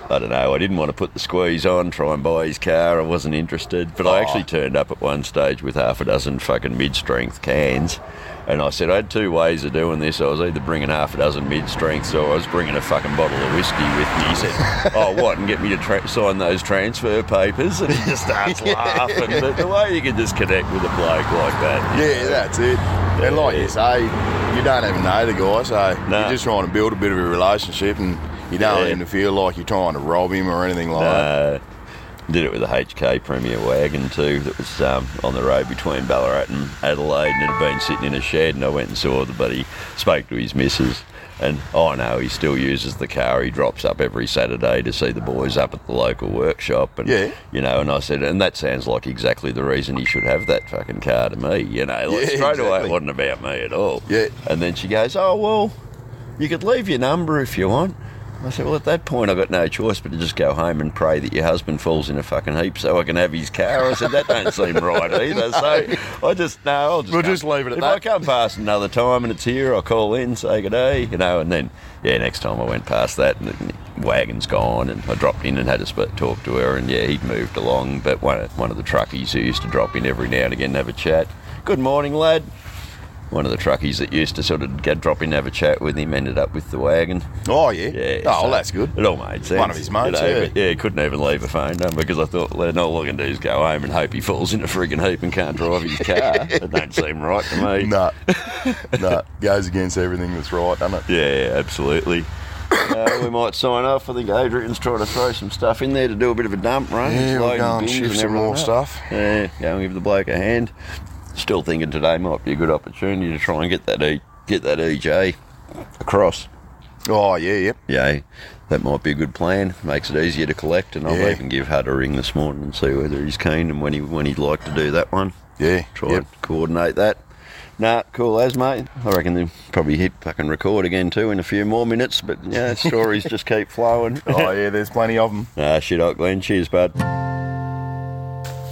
Speaker 1: I don't know. I didn't want to put the squeeze on, try and buy his car. I wasn't interested. But I
Speaker 3: Oh.
Speaker 1: actually turned up at one stage with half a dozen fucking mid-strength cans. And I said I had two ways of doing this. I was either bringing half a dozen mid-strengths, or I was bringing a fucking bottle of whiskey with me. He
Speaker 3: (laughs)
Speaker 1: said, "Oh, what?" and get me to tra- sign those transfer papers. And he just starts (laughs) laughing. But the way you can just connect with a bloke like that,
Speaker 3: Yeah, that's it. And like you say, you don't even know the guy, so
Speaker 1: Nah.
Speaker 3: you're just trying to build a bit of a relationship, and you don't want
Speaker 1: Yeah.
Speaker 3: him to feel like you're trying to rob him or anything like that.
Speaker 1: Uh, did it with a HK Premier wagon too that was um, on the road between Ballarat and Adelaide and it had been sitting in a shed and I went and saw the buddy, spoke to his missus and oh no, he still uses the car. He drops up every Saturday to see the boys up at the local workshop and
Speaker 3: Yeah.
Speaker 1: you know, and I said, and that sounds like exactly the reason he should have that fucking car to me, you know, like
Speaker 3: Yeah,
Speaker 1: straight away it
Speaker 3: exactly.
Speaker 1: wasn't about me at all.
Speaker 3: Yeah.
Speaker 1: And then she goes, oh well, you could leave your number if you want. I said, well, at that point, I've got no choice but to just go home and pray that your husband falls in a fucking heap so I can have his car. I said, that don't seem right either. So I just, no, I'll just.
Speaker 3: We'll
Speaker 1: come-
Speaker 3: just leave it at
Speaker 1: if
Speaker 3: that.
Speaker 1: I come past another time and it's here, I'll call in, say good day, you know, and then, yeah, next time I went past that and the wagon's gone and I dropped in and had a sp- talk to her and, yeah, he'd moved along. But one, of- one of the truckies who used to drop in every now and again and have a chat, good morning, lad. One of the truckies that used to sort of get drop in, have a chat with him, ended up with the wagon.
Speaker 3: Oh yeah.
Speaker 1: Yeah.
Speaker 3: oh,
Speaker 1: so
Speaker 3: that's
Speaker 1: (laughs)
Speaker 3: good.
Speaker 1: It all made sense.
Speaker 3: One of his mates,
Speaker 1: You know,
Speaker 3: yeah.
Speaker 1: but yeah, he couldn't even leave a phone number because I thought, well, no, all I can do is go home and hope he falls in a friggin' heap and can't drive
Speaker 3: (laughs)
Speaker 1: his car. that don't seem right to me.
Speaker 3: No, no, goes against everything that's right, doesn't it?
Speaker 1: Yeah, absolutely. uh, we might sign off. I think Adrian's trying to throw some stuff in there to do a bit of a dump run.
Speaker 3: Yeah,
Speaker 1: He's
Speaker 3: we'll
Speaker 1: loading
Speaker 3: go and
Speaker 1: bins
Speaker 3: shift some
Speaker 1: everything
Speaker 3: more
Speaker 1: up.
Speaker 3: stuff.
Speaker 1: Yeah, go and give the bloke a hand. Still thinking today might be a good opportunity to try and get that e- get that EJ across.
Speaker 3: Oh yeah, yep.
Speaker 1: Yeah, that might be a good plan. Makes it easier to collect, and I'll
Speaker 3: Yeah.
Speaker 1: even give Hud a ring this morning and see whether he's keen and when he when he'd like to do that one.
Speaker 3: Yeah,
Speaker 1: Try
Speaker 3: yep.
Speaker 1: and coordinate that. Nah, cool as mate. I reckon they'll probably hit fucking record again too in a few more minutes, but
Speaker 3: (laughs)
Speaker 1: yeah, stories just keep flowing.
Speaker 3: Oh yeah, there's plenty of them.
Speaker 1: Ah, shit, up, Glenn. Cheers, bud.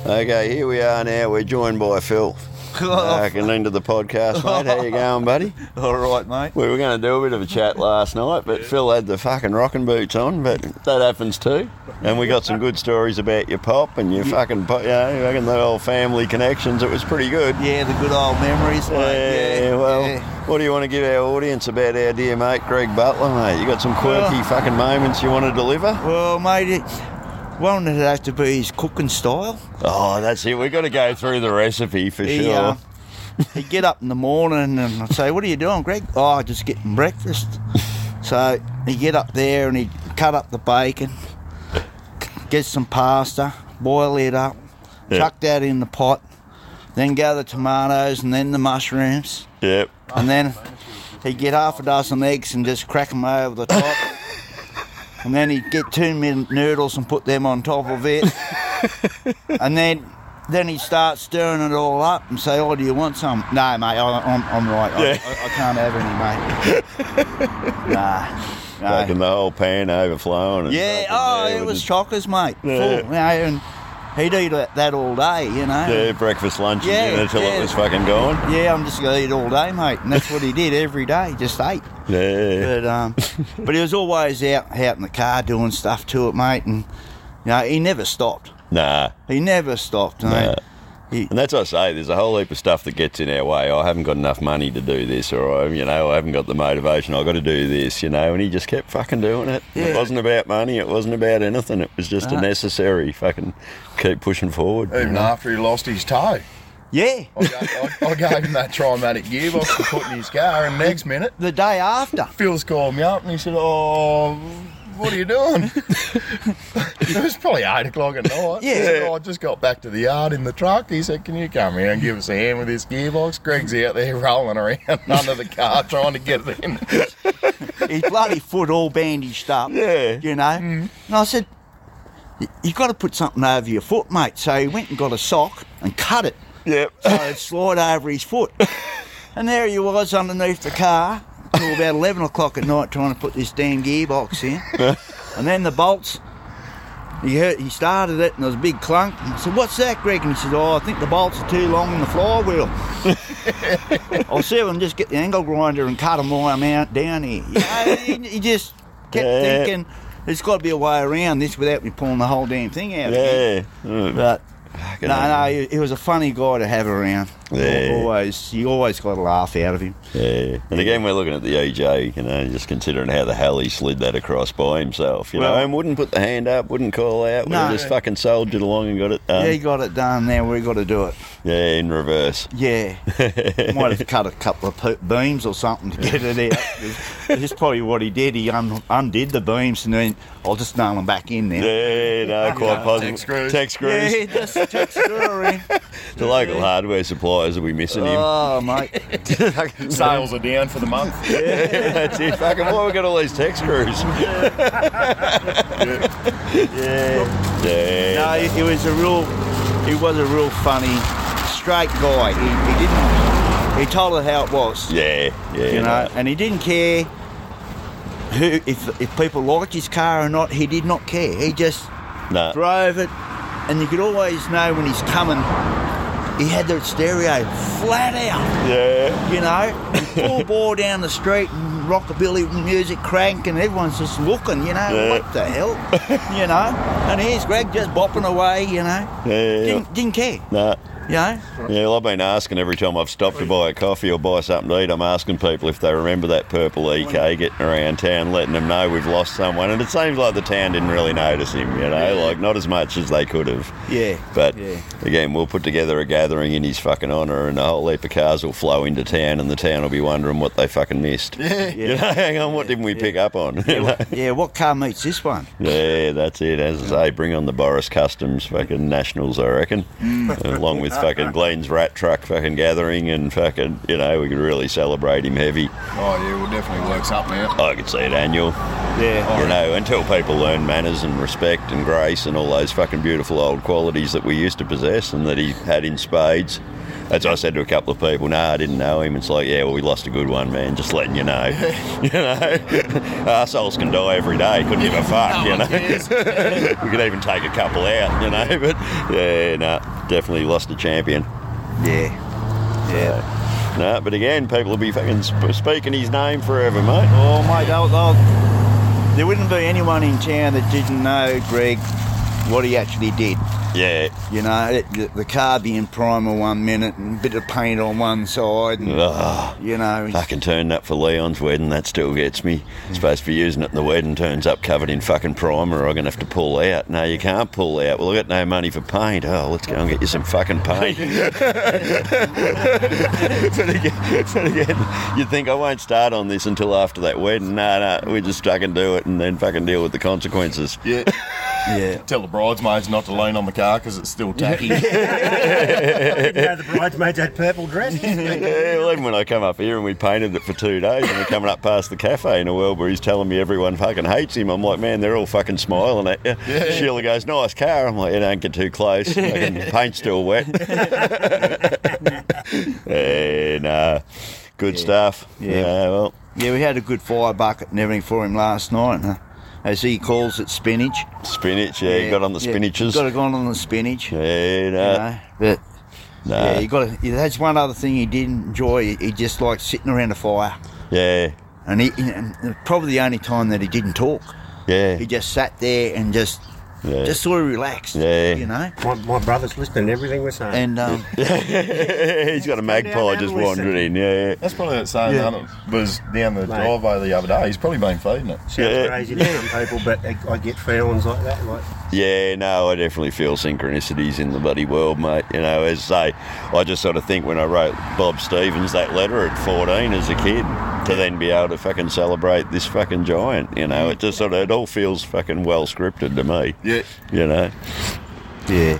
Speaker 1: Okay, here we are now. We're joined by
Speaker 3: (laughs)
Speaker 1: Phil.
Speaker 3: Oh.
Speaker 1: Fucking into the podcast, mate. How you going, buddy?
Speaker 4: (laughs) All right, mate.
Speaker 1: We were going to do a bit of a chat last night, but Phil had the fucking rocking boots on, but that happens too. And we got some good stories about your pop and your fucking, po- you know, fucking the old family connections. It was pretty good.
Speaker 4: Yeah, the good old memories, mate.
Speaker 1: Yeah,
Speaker 4: Yeah,
Speaker 1: well,
Speaker 4: yeah.
Speaker 1: what do you want to give our audience about our dear mate Greg Butler, mate? You got some quirky fucking moments you want to deliver?
Speaker 4: Well, mate, it, one would have to be his cooking style.
Speaker 1: Oh, that's it. We've got to go through the recipe for
Speaker 4: He,
Speaker 1: sure.
Speaker 4: uh, he'd get up in the morning and I'd say, What are you doing, Greg? Oh, just
Speaker 1: (laughs)
Speaker 4: getting breakfast. So he'd get up there and he'd cut up the bacon, get some pasta, boil it up,
Speaker 1: Yeah.
Speaker 4: chuck that in the pot, then go the tomatoes and then the mushrooms.
Speaker 1: yep.
Speaker 4: And then he'd get half a dozen eggs and just crack them over
Speaker 1: (laughs)
Speaker 4: the top. and then he'd get two min noodles and put them on top of it. and then then he'd start stirring it all up and say, "Oh, do you want some?" No, mate, I, I'm, I'm right. I,
Speaker 1: Yeah.
Speaker 4: I, I can't have any,
Speaker 1: (laughs)
Speaker 4: mate. nah.
Speaker 1: Fucking
Speaker 4: No.
Speaker 1: the whole pan overflowing. and
Speaker 4: Yeah.
Speaker 1: fucking
Speaker 4: Oh,
Speaker 1: there
Speaker 4: it
Speaker 1: with
Speaker 4: was
Speaker 1: the-
Speaker 4: chockers, mate. Full,
Speaker 1: Yeah.
Speaker 4: you know, and he'd eat that that all day, you know.
Speaker 1: Yeah, breakfast, lunch,
Speaker 4: Yeah,
Speaker 1: and dinner till it
Speaker 4: yeah.
Speaker 1: was fucking gone.
Speaker 4: Yeah, I'm just gonna eat all day, mate, and that's what he did every day. Just ate.
Speaker 1: Yeah.
Speaker 4: (laughs) But um, but he was always out out in the car doing stuff to it, mate, and you know he never stopped.
Speaker 1: Nah.
Speaker 4: He never stopped. Mate.
Speaker 1: Nah.
Speaker 4: He,
Speaker 1: And that's what I say. There's a whole heap of stuff that gets in our way. "Oh, I haven't got enough money to do this, or I, you know, I haven't got the motivation. I've got to do this, you know. And he just kept fucking doing it. It
Speaker 4: Yeah. Uh-huh.
Speaker 1: wasn't about money. It wasn't about anything. It was just a
Speaker 4: Nah.
Speaker 1: necessary fucking keep pushing forward.
Speaker 3: (laughs) Even after he lost his toe,
Speaker 4: yeah, (laughs)
Speaker 3: I, gave- I, I gave him that trimatic gearbox to put in his car, and next minute
Speaker 4: the day after.
Speaker 3: Phil's called me up and he said, "Oh, what are you doing? (laughs) it was probably eight o'clock at night. He
Speaker 4: Yeah.
Speaker 3: said, "Oh, I just got back to the yard in the truck. He said, Can you come here and give us a hand with this gearbox? Greg's out there (laughs) rolling around under the car trying to get it in. (laughs)
Speaker 4: his bloody foot all bandaged up.
Speaker 3: Yeah.
Speaker 4: You know? And I said, "Y- you got to put something over your foot, mate. So he went and got a sock and cut it
Speaker 3: Yep.
Speaker 4: so it'd slide over
Speaker 3: (laughs)
Speaker 4: his foot. And there he was underneath the car till about 11 o'clock at night trying to put this damn gearbox in. and then the bolts, he heard, he started it and there was a big clunk. And I said, What's that, Greg? And he said, Oh, I think the bolts are too long in
Speaker 1: (laughs)
Speaker 4: the flywheel. I'll see if I can just get the angle grinder and cut them all out down here. You know, he, he just kept
Speaker 1: Yeah.
Speaker 4: thinking, There's got to be a way around this without me pulling the whole damn thing out. again."
Speaker 1: Yeah. Mm.
Speaker 4: But
Speaker 1: Fucking
Speaker 4: no,
Speaker 1: hell.
Speaker 4: no, he, he was a funny guy to have around.
Speaker 1: Yeah.
Speaker 4: Always, you always got a laugh out of him.
Speaker 1: Yeah. And again, we're looking at the EJ, you know, just considering how the hell he slid that across by himself, you
Speaker 4: Well-
Speaker 1: know, and wouldn't put the hand up, wouldn't call out,
Speaker 4: No.
Speaker 1: no. just fucking soldiered along and got it done.
Speaker 4: yeah, he got it done. Now we got to do it.
Speaker 1: Yeah, in reverse. (laughs)
Speaker 4: Yeah, might have cut a couple of po- beams or something to get it out.
Speaker 1: (laughs)
Speaker 4: That's probably what he did. He un- undid the beams and then I'll just nail them back in there.
Speaker 1: Yeah,
Speaker 4: (laughs)
Speaker 1: no, quite possible.
Speaker 3: tech screws.
Speaker 1: Tech screws.
Speaker 4: Yeah, just took
Speaker 1: (laughs)
Speaker 4: story.
Speaker 1: The local hardware suppliers will be missing
Speaker 4: Oh, mate.
Speaker 1: him.
Speaker 3: Sales are down for the month.
Speaker 1: Yeah, (laughs) that's it. Fucking why we got all these tech
Speaker 4: (laughs)
Speaker 1: screws? (laughs) yeah.
Speaker 4: No, he, he was a real, he was a real funny, straight guy. He, he didn't, he told it how it was.
Speaker 1: Yeah, yeah.
Speaker 4: you know, and he didn't care who if, if people liked his car or not. He did not care. He just
Speaker 1: no. No.
Speaker 4: drove it, and you could always know when he's coming. He had the stereo flat out,
Speaker 1: Yeah.
Speaker 4: you know,
Speaker 1: (laughs)
Speaker 4: and full bore down the street and rockabilly music crank, and everyone's just looking, you know,
Speaker 1: Yeah.
Speaker 4: what the hell,
Speaker 1: (laughs)
Speaker 4: you know. And here's Greg just bopping away, you know,
Speaker 1: Yeah.
Speaker 4: didn't, didn't care,
Speaker 1: No.
Speaker 4: you know.
Speaker 1: Yeah, well, I've been asking every time I've stopped to buy a coffee or buy something to eat. I'm asking people if they remember that purple EK getting around town, letting them know we've lost someone. And it seems like the town didn't really notice him, you know, like not as much as they could have.
Speaker 4: Yeah,
Speaker 1: But
Speaker 4: yeah.
Speaker 1: again, we'll put together a gathering in his fucking honour, and a whole heap of cars will flow into town, and the town will be wondering what they fucking missed. Yeah. (laughs) You know, hang on, what didn't we pick up on? You know?
Speaker 4: Yeah, what car meets this one?
Speaker 1: (laughs) Yeah, that's it. As I say, bring on the Boris Customs fucking nationals, I reckon. (laughs) Along with fucking Glenn's rat truck fucking gathering and fucking, you know, we could really celebrate him heavy.
Speaker 3: Oh, yeah, we'll definitely work something out.
Speaker 1: I could see it annual,
Speaker 4: Yeah,
Speaker 1: you know, until people learn manners and respect and grace and all those fucking beautiful old qualities that we used to possess and that he had in spades. That's what I said to a couple of people. No, I didn't know him. It's like, yeah, well, we lost a good one, man. Just letting you
Speaker 4: (laughs)
Speaker 1: know. you know, (laughs) arseholes can die every day. Couldn't give a
Speaker 4: (laughs)
Speaker 1: fuck, you know. (laughs) we could even take a couple out, you know. (laughs) But yeah, no, definitely lost a champion.
Speaker 4: yeah, yeah.
Speaker 1: No, but again, people will be fucking sp- speaking his name forever, mate.
Speaker 4: Oh, mate, they'll, they'll- there wouldn't be anyone in town that didn't know Greg what he actually did.
Speaker 1: Yeah.
Speaker 4: You know, it, the, the car being primer one minute and a bit of paint on one side, and
Speaker 1: Ah.
Speaker 4: you know, he's-
Speaker 1: Fucking turned up for Leon's wedding, that still gets me. Supposed to be using it in the wedding, turns up covered in fucking primer, I'm gonna have to pull out. No, you can't pull out. Well, I got no money for paint. Oh, let's go and get you some fucking paint. but, again, but again, you'd think I won't start on this until after that wedding. No, no, we just fucking do it and then fucking deal with the consequences.
Speaker 3: Yeah.
Speaker 4: yeah,
Speaker 3: Tell the bridesmaids not to lean on the car because it's still tacky.
Speaker 2: You know, the bridesmaids had purple dress.
Speaker 1: Yeah, well, even when I come up here and we painted it for two days and we're coming up past the cafe in a world where he's telling me everyone fucking hates him, I'm like, man, they're all fucking smiling at you. Sheila goes, nice car. I'm like, you don't get too close. Fucking paint's still wet. yeah, nah. uh, Good stuff.
Speaker 4: Yeah.
Speaker 1: Yeah. well,
Speaker 4: yeah. We had a good fire bucket and everything for him last night, huh? as he calls it, spinach.
Speaker 1: spinach. Yeah, you got on the uh,
Speaker 4: yeah,
Speaker 1: spinaches.
Speaker 4: Got it gone on the spinach.
Speaker 1: Yeah,
Speaker 4: you
Speaker 1: nah.
Speaker 4: know, but
Speaker 1: Nah.
Speaker 4: yeah, you got. to That's one other thing he did enjoy. He just liked sitting around a fire,
Speaker 1: yeah,
Speaker 4: and he and probably the only time that he didn't talk.
Speaker 1: yeah. (laughs)
Speaker 4: He just sat there and just
Speaker 1: Yeah.
Speaker 4: just sort of relaxed.
Speaker 1: Yeah.
Speaker 4: You know?
Speaker 2: (laughs) my, my brother's listening to everything we're saying.
Speaker 4: And um,
Speaker 1: (laughs) he's got a
Speaker 2: down
Speaker 1: magpie
Speaker 2: and
Speaker 1: just
Speaker 2: listen.
Speaker 1: wandering in. Yeah, yeah.
Speaker 3: That's probably that same
Speaker 4: Yeah.
Speaker 3: one that was down the
Speaker 2: Mate.
Speaker 3: driveway the other day. He's probably been feeding it.
Speaker 2: Sounds
Speaker 1: Yeah.
Speaker 2: crazy to some people, but I, I get feelings like that. Like,
Speaker 1: Yeah, no, I definitely feel synchronicities in the bloody world, mate. You know, as I say, I just sort of think when I wrote Bob Stevens that letter at 14 as a kid, to then be able to fucking celebrate this fucking giant. You know, it just sort of it all feels fucking well scripted to me.
Speaker 3: Yeah.
Speaker 1: You know,
Speaker 4: Yeah.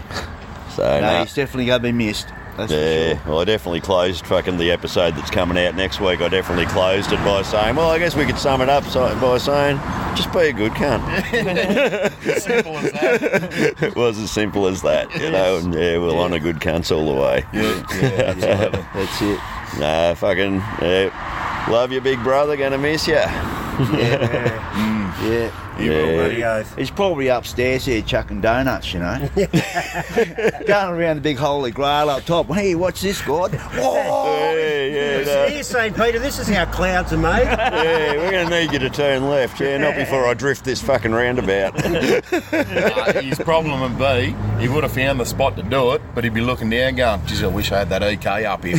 Speaker 1: so
Speaker 4: No,
Speaker 1: nah.
Speaker 4: he's definitely going to be missed. That's
Speaker 1: yeah,
Speaker 4: for sure.
Speaker 1: well, I definitely closed fucking the episode that's coming out next week. I definitely closed it by saying, well, I guess we could sum it up so- by saying, just be a good
Speaker 4: (laughs)
Speaker 1: cunt.
Speaker 5: Simple as that.
Speaker 1: it was as simple as that, you know. And yeah, we'll honour good cunts all the way.
Speaker 4: That's it.
Speaker 1: Nah, fucking, yeah. Love you, big brother. Gonna miss you.
Speaker 4: Yeah.
Speaker 1: Yeah.
Speaker 2: You oh, bloody oath.
Speaker 4: He's probably upstairs here chucking donuts, you (laughs) know. Going around the big holy grail up top. Hey, watch this, God. Oh!
Speaker 1: Yeah, yeah,
Speaker 2: It's
Speaker 1: no.
Speaker 2: here, St. Peter. This is how clouds are
Speaker 1: (laughs)
Speaker 2: made.
Speaker 1: yeah. We're gonna need you to turn left. Yeah, not before I drift this fucking roundabout. (laughs)
Speaker 3: Uh, his problem would be he would have found the spot to do it, but he'd be looking down going, geez, I wish I had that EK up here.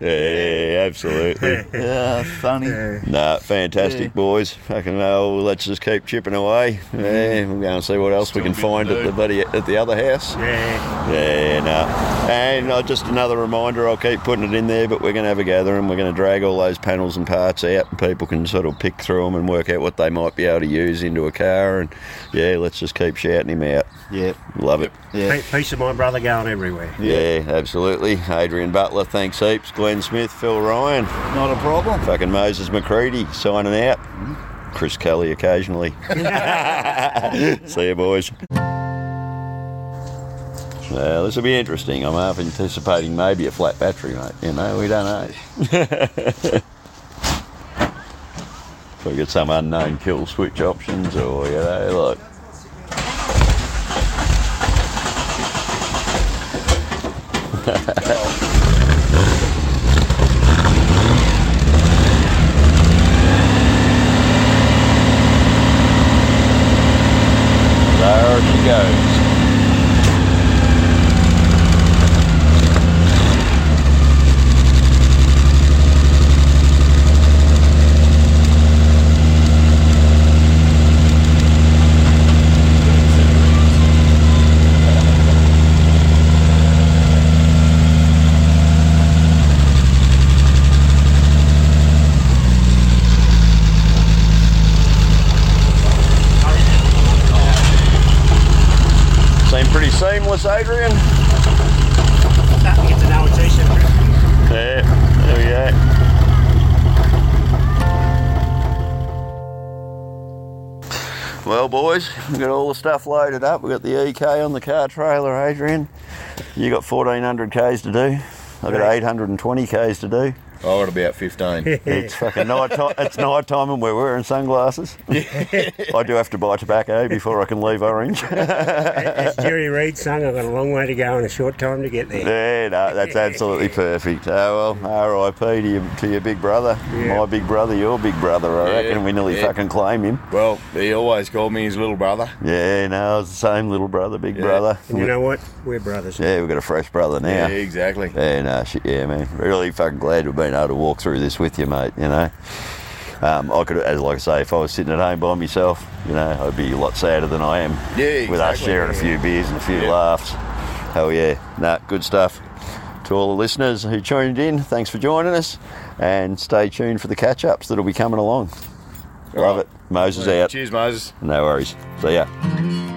Speaker 1: yeah,
Speaker 5: (laughs)
Speaker 1: absolutely.
Speaker 4: (laughs) Yeah, funny.
Speaker 1: Nah, fantastic, boys. Fucking hell, let's just keep chipping away. Yeah, we'll go and see what else we can
Speaker 3: Still a
Speaker 1: find
Speaker 3: bit to
Speaker 1: at
Speaker 3: do.
Speaker 1: the buddy at the other house.
Speaker 2: yeah.
Speaker 1: Yeah, nah. And uh, just another reminder, I'll keep putting it in there, but we're going to have a gathering. We're going to drag all those panels and parts out, and people can sort of pick through them and work out what they might be able to use into a car. And yeah, let's just keep shouting him out.
Speaker 4: Yeah.
Speaker 1: Love it.
Speaker 4: Yeah.
Speaker 2: Pe- Piece of my brother going everywhere.
Speaker 1: Yeah, absolutely. Adrian Butler, thanks heaps. Glenn Smith, Phil Ryan,
Speaker 4: Not a problem.
Speaker 1: fucking Moses McCready signing out. Chris Kelly occasionally. See you, boys. Well, this will be interesting. I'm half anticipating maybe a flat battery, mate. You know, we don't know. if we get some unknown kill switch options or, you know, like. There she goes. Seem pretty seamless, Adrian.
Speaker 2: Starting to get to know a t-shirt.
Speaker 1: Yeah, there we go. Well, boys, we've got all the stuff loaded up. We've got the EK on the car trailer, Adrian. You got 1400 Ks to do. I've got 820 Ks to do.
Speaker 3: I got about 15.
Speaker 1: It's fucking night time. It's night time and we're wearing sunglasses. I do have to buy tobacco before I can leave Orange.
Speaker 2: As Jerry Reed sung, I've got a long way to go and a short time to get there.
Speaker 1: Yeah, no, that's absolutely perfect. Oh well, R.I.P. to your, to your big brother,
Speaker 2: Yeah.
Speaker 1: my big brother, your big brother. I
Speaker 3: Yeah,
Speaker 1: reckon we nearly
Speaker 3: yeah.
Speaker 1: fucking claim him.
Speaker 3: well, he always called me his little brother.
Speaker 1: Yeah, no, it's the same little brother, big
Speaker 3: Yeah.
Speaker 1: brother.
Speaker 2: And you know what? We're brothers.
Speaker 1: yeah, we've got a fresh brother now. Yeah,
Speaker 3: exactly.
Speaker 1: no, shit, uh, yeah, man. Really fucking glad we've been able to walk through this with you, mate. You know, um, I could, as like I say, if I was sitting at home by myself, you know, I'd be a lot sadder than I am.
Speaker 3: Yeah,
Speaker 1: with us
Speaker 3: exactly,
Speaker 1: sharing a few beers and a few
Speaker 3: Yeah.
Speaker 1: laughs. Hell yeah, nah, good stuff. To all the listeners who tuned in, thanks for joining us, and stay tuned for the catch-ups that'll be coming along. Love it. Moses out.
Speaker 3: Cheers, Moses.
Speaker 1: No worries. See ya.